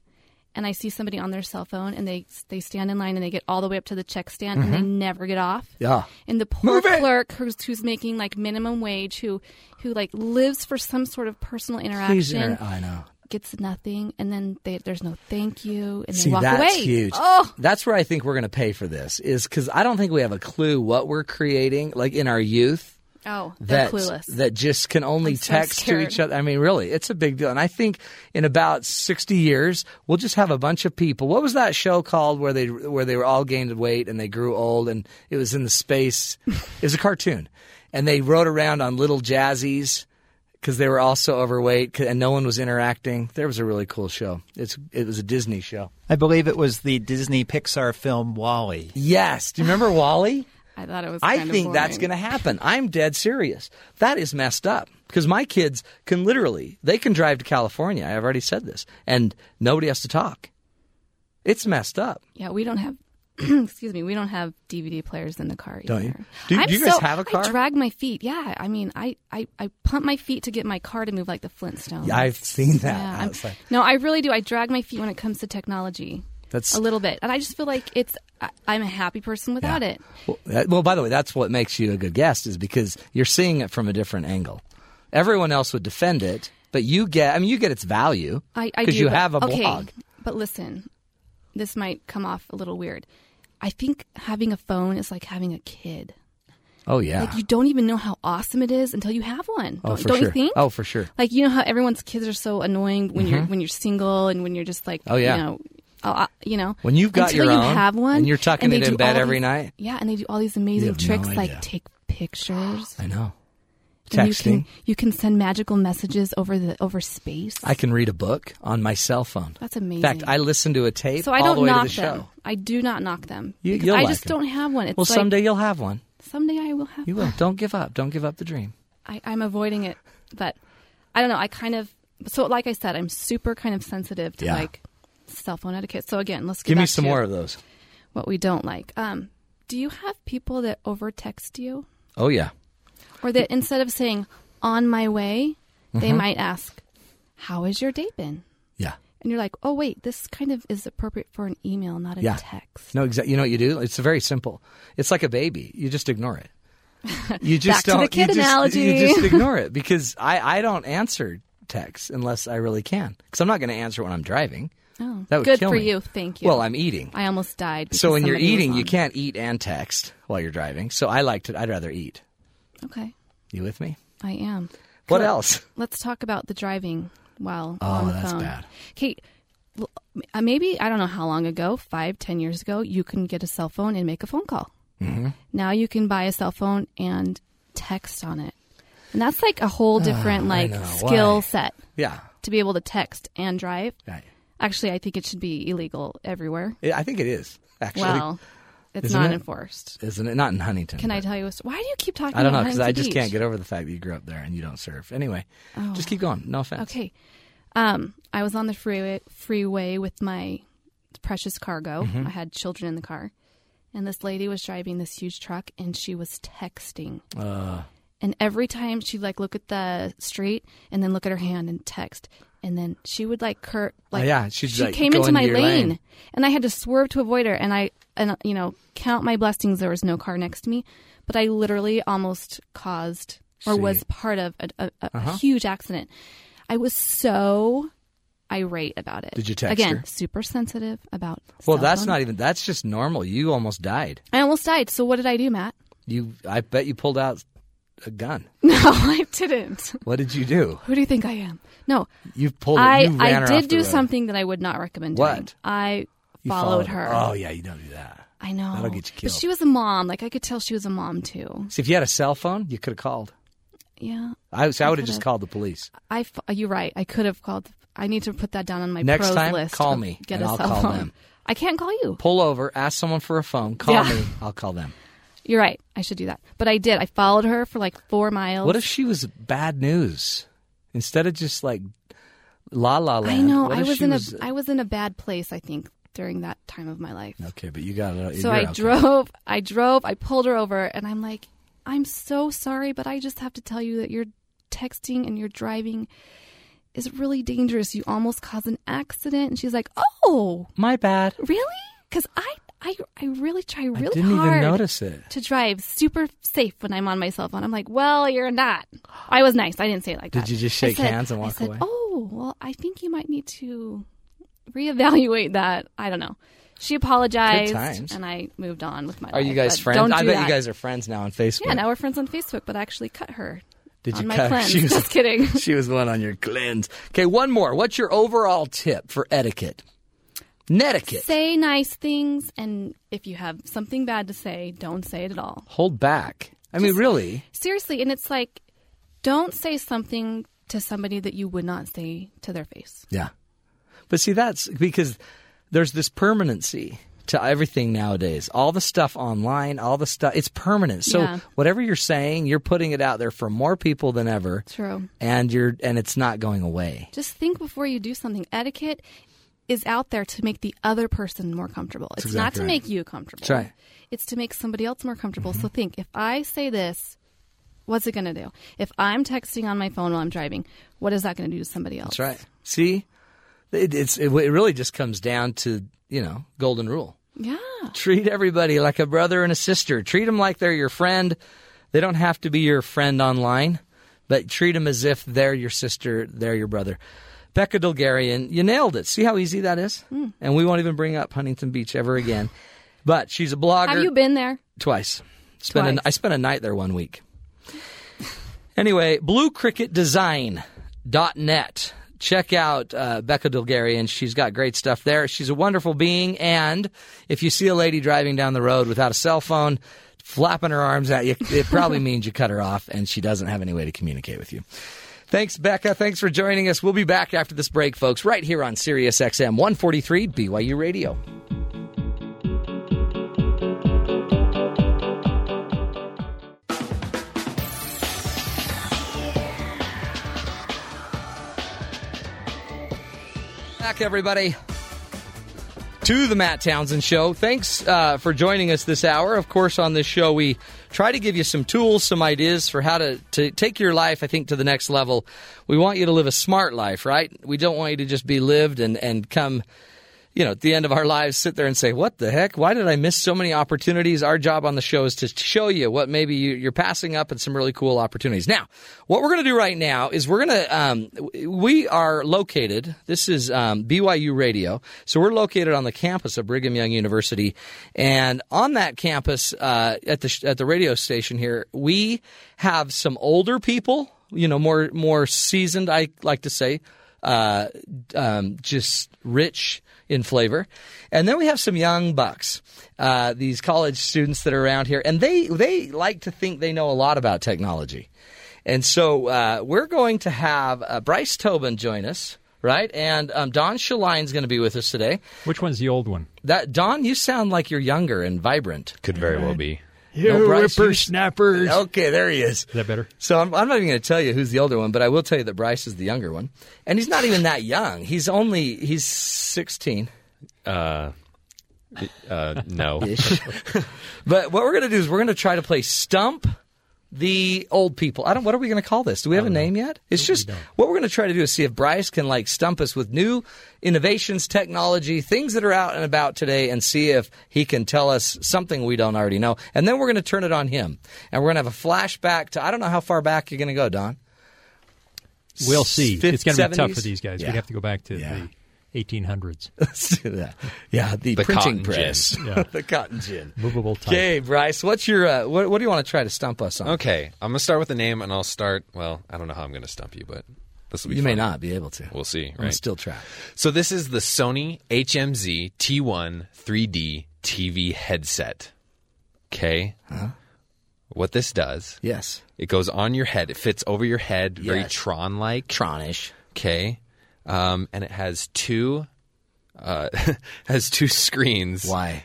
G: and I see somebody on their cell phone and they they stand in line and they get all the way up to the check stand and they never get off.
A: Mm-hmm. Yeah.
G: And the poor
A: Move it!
G: clerk who's, who's making like minimum wage, who who like lives for some sort of personal
A: Please,
G: interaction,
A: inter- I know.
G: gets nothing, and then they, there's no thank you, and
A: See,
G: they walk
A: that's
G: away.
A: huge.
G: Oh,
A: That's where I think we're going to pay for this, is because I don't think we have a clue what we're creating, like in our youth.
G: oh, they're
A: that
G: clueless.
A: that just can only
G: I'm so
A: text to
G: scared.
A: each other. I mean, really, it's a big deal. And I think in about sixty years, we'll just have a bunch of people. What was that show called where they where they were all gained weight and they grew old and it was in the space? it was a cartoon, and they rode around on little jazzies because they were also overweight 'cause- and no one was interacting. There was a really cool show. It's it was a Disney show.
E: I believe it was the Disney Pixar film Wally.
A: Yes, do you remember Wally?
G: I thought it was.
A: I
G: kind of
A: think that's
G: boring.
A: going to happen. I'm dead serious. That is messed up because my kids can literally they can drive to California. I've already said this, and nobody has to talk. It's messed up.
G: Yeah, we don't have. excuse me, we don't have DVD players in the car. Either.
A: Don't you? Do-
G: I'm
A: do you guys
G: so-
A: have a car?
G: I drag my feet. Yeah, I mean, I, I I pump my feet to get my car to move like the Flintstones.
A: I've seen that.
G: Yeah,
A: I
G: I'm-
A: was like,
G: no, I really do. I drag my feet when it comes to technology.
A: That's-
G: a little bit, and I just feel like it's. I, I'm a happy person without
A: Yeah.
G: it.
A: Well, that- well, by the way, that's what makes you a good guest is because you're seeing it from a different angle. Everyone else would defend it, but you get, I mean, you get its value
G: I, I
A: because
G: do,
A: you
G: but-
A: have a
G: okay,
A: blog.
G: But listen, this might come off a little weird. I think having a phone is like having a kid.
A: Oh, yeah.
G: Like you don't even know how awesome it is until you have one.
A: oh,
G: don't,
A: for
G: don't
A: sure.
G: you think?
A: Oh, for sure.
G: Like you know how everyone's kids are so annoying when you're when you're single and when you're just like
A: Oh, yeah.
G: you know uh, you know
A: When you've got
G: until
A: your
G: you
A: own
G: have one
A: and you're tucking
G: they
A: it in
G: do
A: bed
G: all
A: every
G: these-
A: night.
G: yeah and they do all these amazing
A: have no
G: tricks like
A: idea.
G: take pictures
A: I know.
G: and you can
A: Texting.
G: you can send magical messages over the over space
A: I can read a book on my cell phone.
G: That's
A: In
G: amazing.
A: fact, I listen to a tape
G: so I
A: all
G: don't
A: the way to
G: knock
A: the show.
G: them. I do not knock them.
A: You-
G: because
A: you'll
G: I
A: like
G: just
A: them.
G: don't have one. It's
A: Well,
G: like,
A: someday you'll have one.
G: someday I will have.
A: You will. Don't give up. Don't give up the dream.
G: I, I'm avoiding it, but I don't know. I kind of so like I said, I'm super kind of sensitive to
A: Yeah.
G: like cell phone etiquette. So again, let's get
A: Give me
G: back
A: some
G: to
A: more of those.
G: what we don't like. Um, do you have people that over text you,
A: Oh, yeah.
G: or that instead of saying "on my way," they
A: Mm-hmm.
G: might ask, "How has your day been?"
A: Yeah.
G: And you're like, "Oh wait, this kind of is appropriate for an email, not a
A: Yeah.
G: text."
A: No, exactly. You know what you do? It's very simple. It's like a baby. You just ignore it. You just
G: Back to the
A: don't.
G: kid
A: you just,
G: analogy.
A: You just ignore it because I, I don't answer texts unless I really can because I'm not going to answer when I'm driving.
G: Oh,
A: That would
G: good
A: kill
G: for
A: me.
G: you. Thank you.
A: Well, I'm eating.
G: I almost died.
A: So
G: because
A: when you're
G: somebody was
A: eating, you
G: on.
A: can't eat and text while you're driving. So I like to. I'd rather eat.
G: Okay,
A: You with me?
G: I am.
A: What
G: Cool.
A: else?
G: Let's talk about the driving while
A: Oh,
G: on the
A: that's
G: phone.
A: bad.
G: Kate, l- uh, maybe I don't know how long ago, five, ten years ago, you can get a cell phone and make a phone call.
A: Mm-hmm.
G: Now you can buy a cell phone and text on it, and that's like a whole different like
A: Ah, know.
G: skill
A: Why?
G: set
A: Yeah.
G: to be able to text and drive.
A: Right.
G: Actually, I think it should be illegal everywhere.
A: I- I think it is actually,
G: well, it's
A: Isn't
G: not
A: it?
G: enforced.
A: isn't it? Not in Huntington.
G: Can I
A: but-
G: tell you a story? Why do you keep talking?
A: I don't know
G: about
A: because
G: Huntington
A: I just
G: Beach?
A: can't get over the fact that you grew up there and you don't surf. Anyway, just keep going. No offense.
G: Oh. Okay. Um, I was on the freeway freeway with my precious cargo.
A: Mm-hmm.
G: I had children in the car, and this lady was driving this huge truck, and she was texting.
A: Uh.
G: And every time she'd like look at the street and then look at her hand and text, and then she would like curt like
A: yeah, she'd,
G: she
A: like,
G: came
A: go
G: into
A: into
G: my
A: your lane.
G: lane, and I had to swerve to avoid her, and I and uh, you know count my blessings there was no car next to me, but I literally almost caused
A: See.
G: or
A: Uh-huh.
G: was part of a, a, a, a huge accident. I was so irate about it.
A: Did you text
G: again?
A: her?
G: Super sensitive about.
A: Well,
G: cell
A: that's
G: phone.
A: not e- even. That's just normal. You almost died.
G: I almost died. So what did I do, Matt?
A: You. I bet you pulled out a gun.
G: No, I didn't.
A: What did you do?
G: Who do you think I am? No,
A: You pulled.
G: I
A: you ran
G: I
A: her
G: did
A: off the
G: do
A: road.
G: something that I would not recommend
A: What?
G: doing. I
A: You
G: followed, her.
A: Oh yeah, you don't do that.
G: I know.
A: That'll get you killed.
G: But she was a mom. Like I could tell she was a mom too.
A: See, if you had a cell phone, you could have called.
G: Yeah.
A: I, so I would have just
G: could've.
A: called the police.
G: I. f- You're right. I could have called. I need to put that down on my
A: Next
G: pros
A: time,
G: list.
A: call
G: of
A: me,
G: Get
A: and
G: a
A: I'll
G: cell
A: call
G: phone.
A: them.
G: I can't call you.
A: Pull over, ask someone for a phone, call
G: Yeah.
A: me, I'll call them.
G: You're right. I should do that. But I did. I followed her for like four miles.
A: What if she was bad news? Instead of just like la la la.
G: I know.
A: What
G: I
A: if
G: was
A: she
G: in a I was in a bad place. I think during that time of my life.
A: Okay, but you got it.
G: so I
A: you're okay.
G: drove. I drove. I pulled her over, and I'm like, I'm so sorry, but I just have to tell you that your texting and your driving is really dangerous. You almost caused an accident. And she's like, Oh,
A: My bad.
G: really? Because I I I really try really
A: I didn't
G: hard.
A: even notice it.
G: to drive super safe when I'm on my cell phone. I'm like, well, you're not. I was nice. I didn't say it like
A: Did
G: that.
A: you just
G: I
A: shake
G: said-
A: hands and walk
G: I said,
A: away?
G: Oh, well, I think you might need to reevaluate that. I don't know. She
A: Good times.
G: apologized, and I moved on with my.
A: Are
G: life,
A: you guys
G: but
A: friends?
G: Uh, Don't do
A: I bet
G: that.
A: you guys are friends now on Facebook.
G: Yeah, now we're friends on Facebook, but I actually cut her.
A: Did
G: on
A: you
G: my
A: cut?
G: cleanse.
A: She was,
G: Just kidding.
A: She was one on your cleanse. Okay, one more. What's your overall tip for etiquette? Netiquette.
G: Say nice things, and if you have something bad to say, don't say it at all.
A: Hold back. I mean, really.
G: Seriously, and it's like, don't say something to somebody that you would not say to their face.
A: Yeah. But see, that's because there's this permanency to everything nowadays. All the stuff online, all the stuff, it's permanent. So
G: Yeah.
A: whatever you're saying, you're putting it out there for more people than ever.
G: True.
A: And you're and it's not going away.
G: Just think before you do something. Etiquette is out there to make the other person more comfortable. It's not
A: exactly
G: to
A: right.
G: make you comfortable.
A: That's right. Mm-hmm.
G: It's to make somebody else more comfortable. So think if I say this, what's it going to do? If I'm texting on my phone while I'm driving, what is that going to do to somebody else?
A: That's right. See, it, it's it, it really just comes down to you know golden rule.
G: Yeah.
A: Treat everybody like a brother and a sister. Treat them like they're your friend. They don't have to be your friend online, but treat them as if they're your sister, they're your brother. Becca Dulgarian, you nailed it. See how easy that is?
G: Hmm.
A: And we won't even bring up Huntington Beach ever again. But she's a blogger.
G: Have you been there?
A: Twice. Spent
G: Twice.
A: A, I spent a night there one week. Anyway, bluecricketdesign.net. Check out uh, Becca Dulgarian. She's got great stuff there. She's a wonderful being. And if you see a lady driving down the road without a cell phone, flapping her arms at you, it probably means you cut her off and she doesn't have any way to communicate with you. Thanks, Becca. Thanks for joining us. We'll be back after this break, folks, right here on Sirius XM 143 BYU Radio. back, everybody, to the Matt Townsend Show. Thanks uh, for joining us this hour. Of course, on this show, we try to give you some tools, some ideas for how to, to take your life, I think, to the next level. We want you to live a smart life, right? We don't want you to just be lived and, and come, you know, at the end of our lives, sit there and say, what the heck? Why did I miss so many opportunities? Our job on the show is to show you what maybe you, you're passing up and some really cool opportunities. Now, what we're going to do right now is we're going to, um, w- we are located, this is um, BYU Radio. So we're located on the campus of Brigham Young University. And on that campus, uh, at, the, sh- at the radio station here, we have some older people, you know, more, more seasoned, I like to say, uh, um, just rich in flavor. And then we have some young bucks, uh, these college students that are around here, and they they like to think they know a lot about technology. And so uh, we're going to have uh, Bryce Tobin join us, right? And um, Don Shaline's going to be with us today.
K: Which one's the old one?
A: That Don, you sound like you're younger and vibrant.
L: Could very well be.
A: No, Bryce, you-
K: whippersnappers.
A: Okay, there he is.
K: Is that better?
A: So I'm, I'm not even going to tell you who's the older one, but I will tell you that Bryce is the younger one, and he's not even that young. He's only he's 16.
L: Uh, uh, no.
A: But what we're going to do is we're going to try to play stump the old people. I don't. What are we going to call this? Do we have a name yet? It's just what we're going to try to do is see if Bryce can like stump us with new innovations, technology, things that are out and about today, and see if he can tell us something we don't already know. And then we're going to turn it on him, and we're going to have a flashback to I don't know how far back you're going to go, Don.
K: We'll see.
A: Fifth-
K: it's going to be tough
A: 70s?
K: for these guys.
A: Yeah.
K: We'd have to go back to
A: Yeah.
K: the 1800s.
A: Let's do that. Yeah, the,
L: The
A: printing
L: cotton
A: press,
L: gin.
K: Yeah.
A: the cotton gin.
K: Movable type.
A: Okay, Bryce, what's your uh, what, what do you want to try to stump us on?
L: Okay, I'm gonna start with the name, and I'll start. Well, I don't know how I'm gonna stump you, but this will be.
A: You may
L: fun.
A: not be able to.
L: We'll see.
A: I'm
L: Right.
A: still try.
L: so this is the Sony HMZ T1 3D TV headset. Okay. What this does,
A: Yes,
L: it goes on your head. It fits over your head, very
A: Yes.
L: Tron-like.
A: Tronish.
L: Okay. Um, and it has two. Uh, has two screens
A: Why?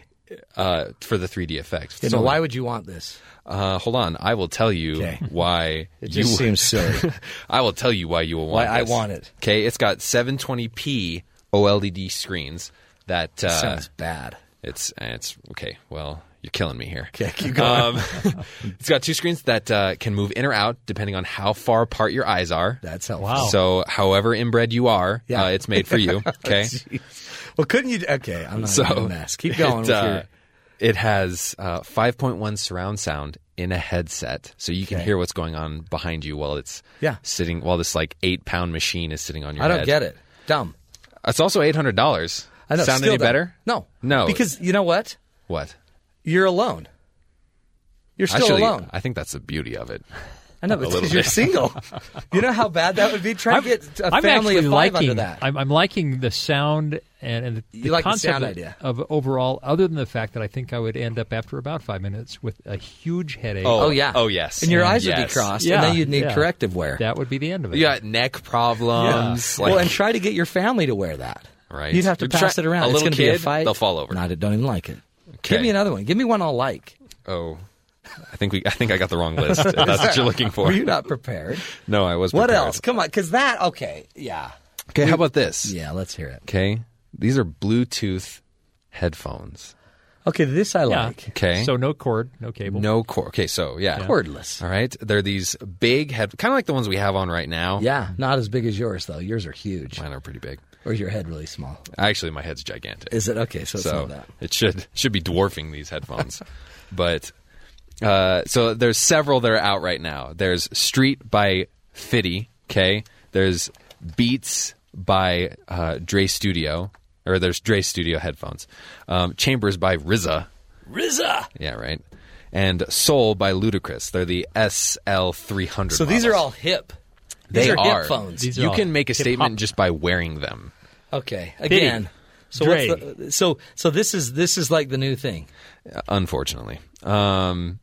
L: uh, for the 3D effects.
A: So
L: So
A: why would you want this?
L: Uh, hold on, I will tell you
A: Okay.
L: why
A: It
L: you
A: just seems silly.
L: I will tell you why you will
A: Why
L: want.
A: I want it.
L: Okay, it's got 720p OLED E screens. That uh,
A: Sounds bad.
L: it's it's okay. Well, you're killing me here.
A: Okay, keep
L: Um, it's got two screens that uh, can move in or out depending on how far apart your eyes are.
A: That's helpful.
K: Wow.
L: So, however inbred you are,
A: Oh. Yeah.
L: uh, it's made for you. Okay.
A: Well, couldn't you? Okay, I'm not
L: so
A: even gonna ask. Keep going.
L: It,
A: with
L: uh,
A: your,
L: it has uh, 5.1 surround sound in a headset, so you can
A: Okay.
L: hear what's going on behind you while it's
A: Yeah.
L: sitting while this like eight pound machine is sitting on your.
A: I don't
L: head.
A: get it. Dumb.
L: It's also eight hundred dollars.
A: I know,
L: Sound
A: still
L: any
A: dumb.
L: better?
A: No,
L: no.
A: Because you know what?
L: what?
A: You're alone. You're still
L: Actually,
A: alone.
L: I think that's the beauty of it.
A: I know, but
L: little
A: because you're
L: bit.
A: single. you know how bad that would be. Try to get a
K: I'm
A: family of
K: actually
A: five
K: liking,
A: under that.
K: I'm, I'm liking the sound and, and the,
A: You like the
K: concept
A: sound
K: of,
A: idea.
K: of overall, other than the fact that I think I would end up after about five minutes with a huge headache.
A: oh yeah.
L: Oh yes.
A: And your eyes would be
L: Yes.
A: crossed,
K: Yeah,
A: and then you'd need
K: yeah.
A: corrective wear.
K: That would be the end of it.
L: You got neck problems. Like,
A: well, and try to get your family to wear that.
L: Right.
A: You'd have to
L: Try-
A: pass it around.
L: a
A: it's
L: little
A: going to be a
L: kid,
A: fight.
L: they'll fall over.
A: No, I don't even like it. Give
L: Okay.
A: me another one. Give me one I'll like.
L: oh, I think we. I think I got the wrong list. if that's what you're looking for.
A: Were you not prepared?
L: No, I was.
A: What
L: prepared.
A: else? Come on, because that okay, yeah,
L: Okay, how about this?
A: yeah. Let's hear it.
L: Okay. These are Bluetooth headphones.
A: Okay, this I
K: Yeah.
A: like.
L: Okay.
K: So no cord, no cable.
L: No cord. Okay, so yeah.
A: Yeah. Cordless.
L: All right. They're these big head, kind of like the ones we have on right now.
A: Yeah, not as big as yours though. Yours are huge,
L: Mine are pretty big.
A: or is your head really small?
L: Actually, my head's gigantic.
A: Is it okay? So it's
L: so
A: not that.
L: it should should be dwarfing these headphones. but uh, so there's several that are out right now. There's Street by Fitty. Okay. There's Beats by uh, Dre Studio, or there's Dre Studio headphones. Um, Chambers by RZA.
A: RZA.
L: Yeah, right. And Soul by Ludacris. They're the SL300.
A: So these are
L: models.
A: all hip.
L: They
A: these are,
L: are
A: hip phones.
K: These are
L: you
K: all
L: can make a
K: hip-hop.
L: statement just by wearing them.
A: Okay, again. So what's
K: Dre.
A: the, so so this is this is like the new thing.
L: Unfortunately, um,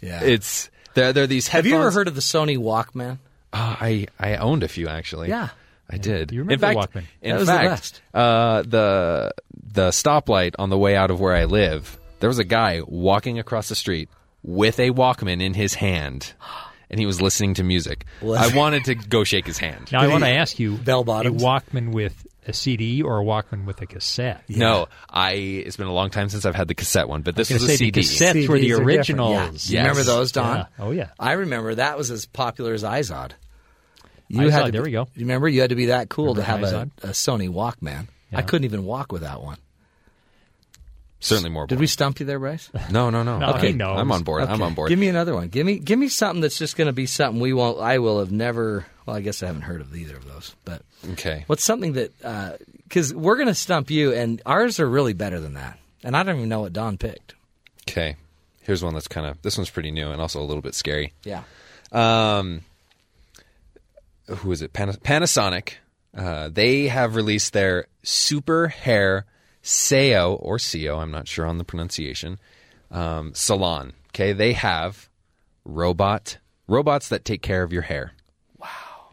A: Yeah.
L: it's there. There are these
A: Have
L: headphones.
A: you ever heard of the Sony Walkman?
L: Uh, I I owned a few actually.
A: Yeah.
L: I did.
K: You
L: in
K: remember
L: fact,
K: Walkman.
L: In
A: That was the
L: fact,
A: best.
L: Uh, the the stoplight on the way out of where I live, there was a guy walking across the street with a Walkman in his hand, and he was listening to music. I wanted to go shake his hand.
K: Now I want to ask you,
A: Bell bottoms?
K: a Walkman with a CD or a Walkman with a cassette?
L: No, I. It's been a long time since I've had the cassette one, but this
K: I was
L: was
K: gonna
L: a
K: say the
L: CD.
K: cassettes were the
E: CDs are different.
K: originals.
A: Yeah.
L: Yes.
A: Remember those, Don?
K: Yeah. Oh, yeah.
A: I remember that was as popular as Izod.
K: IZOD,
A: to
K: there
A: be-
K: we go.
A: You remember you had to be that cool
K: Remember
A: to have
K: IZOD?
A: a, a Sony Walkman. I
K: Yeah.
A: couldn't even walk without one.
L: Certainly more.
A: Did we stump you there, Bryce?
L: No, no, no.
K: No, he
L: Okay,
K: knows.
L: I'm on board. I'm
A: Okay.
L: on board.
A: Give me another one. Give me give me something that's just going to be something we won't. I will have never. Well, I guess I haven't heard of either of those. But
L: okay.
A: what's something that because we're going to stump you, and ours are really better than that. And I don't even know what Don picked.
L: Okay. Here's one that's kind of. This one's pretty new and also a little bit scary.
A: Yeah.
L: Um, who is it? Pan- Panasonic. Uh, they have released their Super Hair Seo or Seo. I'm not sure on the pronunciation. Um, salon. Okay, they have robot robots that take care of your hair.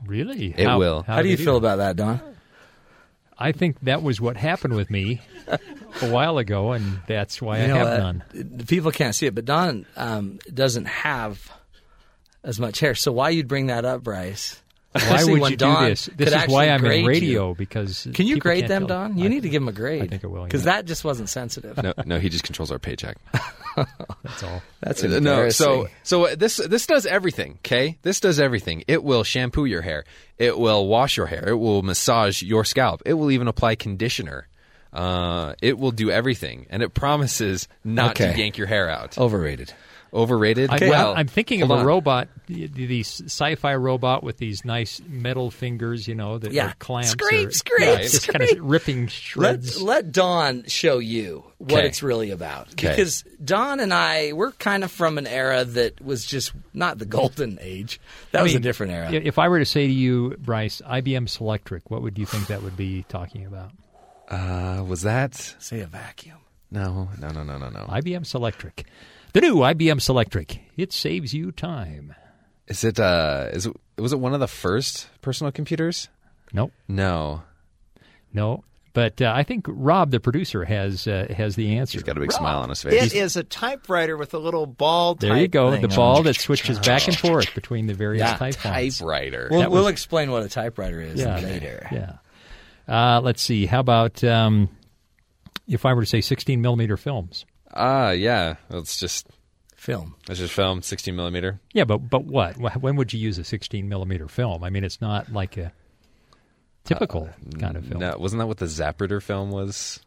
K: Really?
L: It will.
A: How, do
K: did
A: you
K: he
A: feel about that, Don?
K: I think that was what happened with me a while ago, and that's why I
A: You know,
K: have
A: uh,
K: none.
A: the People can't see it, but Don um, doesn't have as much hair. So why you'd bring that up, Bryce?
K: Why
A: Especially
K: would
A: when
K: you
A: Don
K: do this?
A: could
K: This is
A: actually
K: why I'm
A: grade
K: in
A: you.
K: radio because
A: Can you
K: people
A: grade
K: can't
A: them,
K: tell.
A: Don? You
K: I-
A: need to give them a grade.
K: I think I will,
A: because
K: yeah.
A: that just wasn't sensitive.
L: No, no, he just controls our paycheck.
K: That's all.
A: That's
L: Uh,
A: embarrassing.
L: No, so so uh, this this does everything. Okay, this does everything. It will shampoo your hair. It will wash your hair. It will massage your scalp. It will even apply conditioner. Uh, it will do everything, and it promises not to
A: Okay.
L: yank your hair out.
A: overrated.
L: Overrated.
K: I,
L: well,
K: am thinking of a
L: hold on.
K: robot, the, the sci-fi robot with these nice metal fingers, you know, that
A: Yeah.
K: are clamps.
A: Scrape,
K: or,
A: scrape,
K: yeah, it's just kind
A: scrape.
K: of ripping
A: Let
K: shreds.
A: let Don show you what
L: Okay.
A: it's really about
L: Okay.
A: because Don and I we're kind of from an era that was just not the golden age. That
K: I
A: was a
K: mean,
A: different era.
K: If I were to say to you, Bryce, IBM Selectric, what would you think that would be talking about?
L: Uh, was that
A: Say a vacuum.
L: no, no, no, no, no, no?
K: IBM Selectric. The new IBM Selectric. It saves you time.
L: Is it? Uh, is it, was it one of the first personal computers?
K: Nope.
L: No,
K: No. But uh, I think Rob, the producer, has uh, has the answer.
L: he's got a big smile on his face.
M: It is a typewriter with a little ball.
K: there you
M: type
K: go.
M: thing
K: The
M: on
K: ball
M: it.
K: that switches back and forth between the various type fonts.
L: typewriter.
A: We'll,
K: That was-
A: we'll explain what a typewriter is
K: Yeah.
A: later.
K: Yeah. Uh, let's see. How about um, if I were to say 16 millimeter films?
L: Ah, yeah. Let's just
A: Film.
L: let's just film 16 millimeter.
K: Yeah, but but what? Wh- When would you use a 16 millimeter film? I mean, it's not like a typical
A: Uh,
K: kind of film.
L: No, wasn't that what the Zapruder film was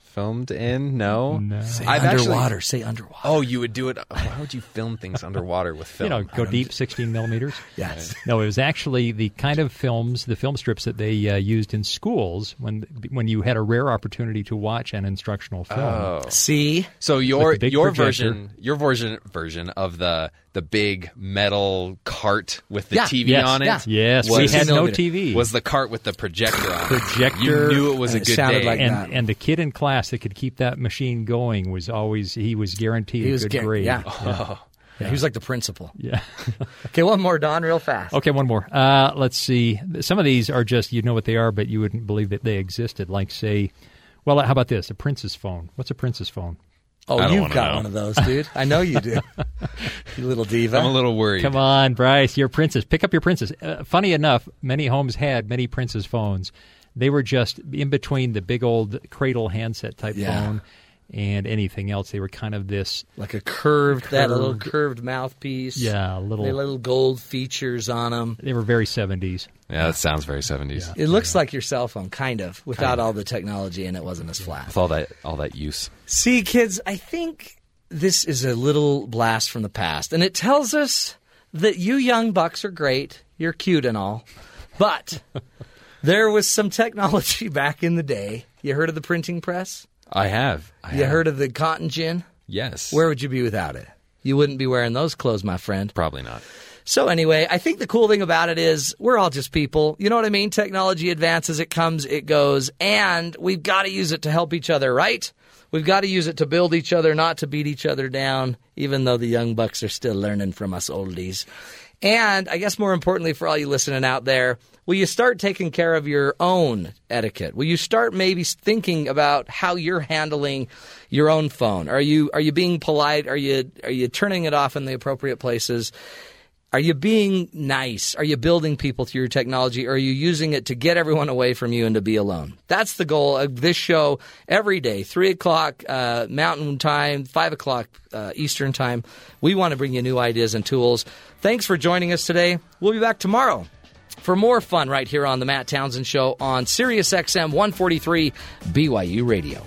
L: filmed in? No,
K: No.
A: Say
L: I've actually-
A: underwater. say underwater.
L: Oh, you would do it. Why would you film things underwater with
K: You
L: film?
K: know, go deep 16 millimeters.
A: yes.
K: No, it was actually the kind of films, the film strips that they uh, used in schools when when you had a rare opportunity to watch an instructional film.
A: Oh. See,
L: so your
K: With the big
L: your
K: projector.
L: version your version version of the the big metal cart with the
A: Yeah.
L: TV
K: Yes,
L: on it.
A: yeah.
K: Yes, we
L: was,
K: had no
A: 16
K: TV.
L: was the cart with the projector on it.
K: Projector.
L: You knew it was
A: And
L: a
A: it
L: good
A: sounded
L: day.
A: like-
K: and
A: that.
K: and the kid in class that could keep that machine going was always he was guaranteed
A: He
K: a
A: was
K: good
A: guar-
K: grade.
A: yeah. Oh. he was like the principal.
K: Yeah.
A: Okay, one more, Don, real fast.
K: okay, one more. Uh, let's see. Some of these are just you know what they are, but you wouldn't believe that they existed. Like say, well, how about this? A prince's phone. What's a prince's phone?
A: Oh,
L: don't
A: you've
L: wanna
A: got
L: know.
A: one of those, dude. I know you do. you little diva.
L: I'm a little worried.
K: Come on, Bryce, your princess. Pick up your princess. Uh, funny enough, many homes had many princess phones. They were just in between the big old cradle handset type
A: Yeah.
K: phone and anything else. They were kind of this
A: like a curved, that little
K: Curved.
A: curved mouthpiece.
K: Yeah, a little-
A: They had little gold features on them.
K: They were very seventies.
L: Yeah, that sounds very seventies.
A: It looks like your cell phone, kind of, without all the technology, and it wasn't as flat.
L: With all that all that use.
A: See, kids, I think this is a little blast from the past, and it tells us that you young bucks are great, you're cute and all, but there was some technology back in the day. You heard of the printing press?
L: I have. I
A: you
L: have.
A: heard of the cotton gin?
L: Yes.
A: Where would you be without it? You wouldn't be wearing those clothes, my friend.
L: Probably not.
A: So anyway, I think the cool thing about it is we're all just people. You know what I mean? Technology advances, it comes, it goes, and we've got to use it to help each other, right? We've got to use it to build each other, not to beat each other down, even though the young bucks are still learning from us oldies. And I guess more importantly for all you listening out there, will you start taking care of your own etiquette? Will you start maybe thinking about how you're handling your own phone? Are you are you being polite? Are you are you turning it off in the appropriate places? Are you being nice? Are you building people through your technology? Or are you using it to get everyone away from you and to be alone? That's the goal of this show every day, 3 o'clock uh, Mountain Time, 5 o'clock uh, Eastern Time. We want to bring you new ideas and tools. Thanks for joining us today. We'll be back tomorrow for more fun right here on The Matt Townsend Show on Sirius XM 143 BYU Radio.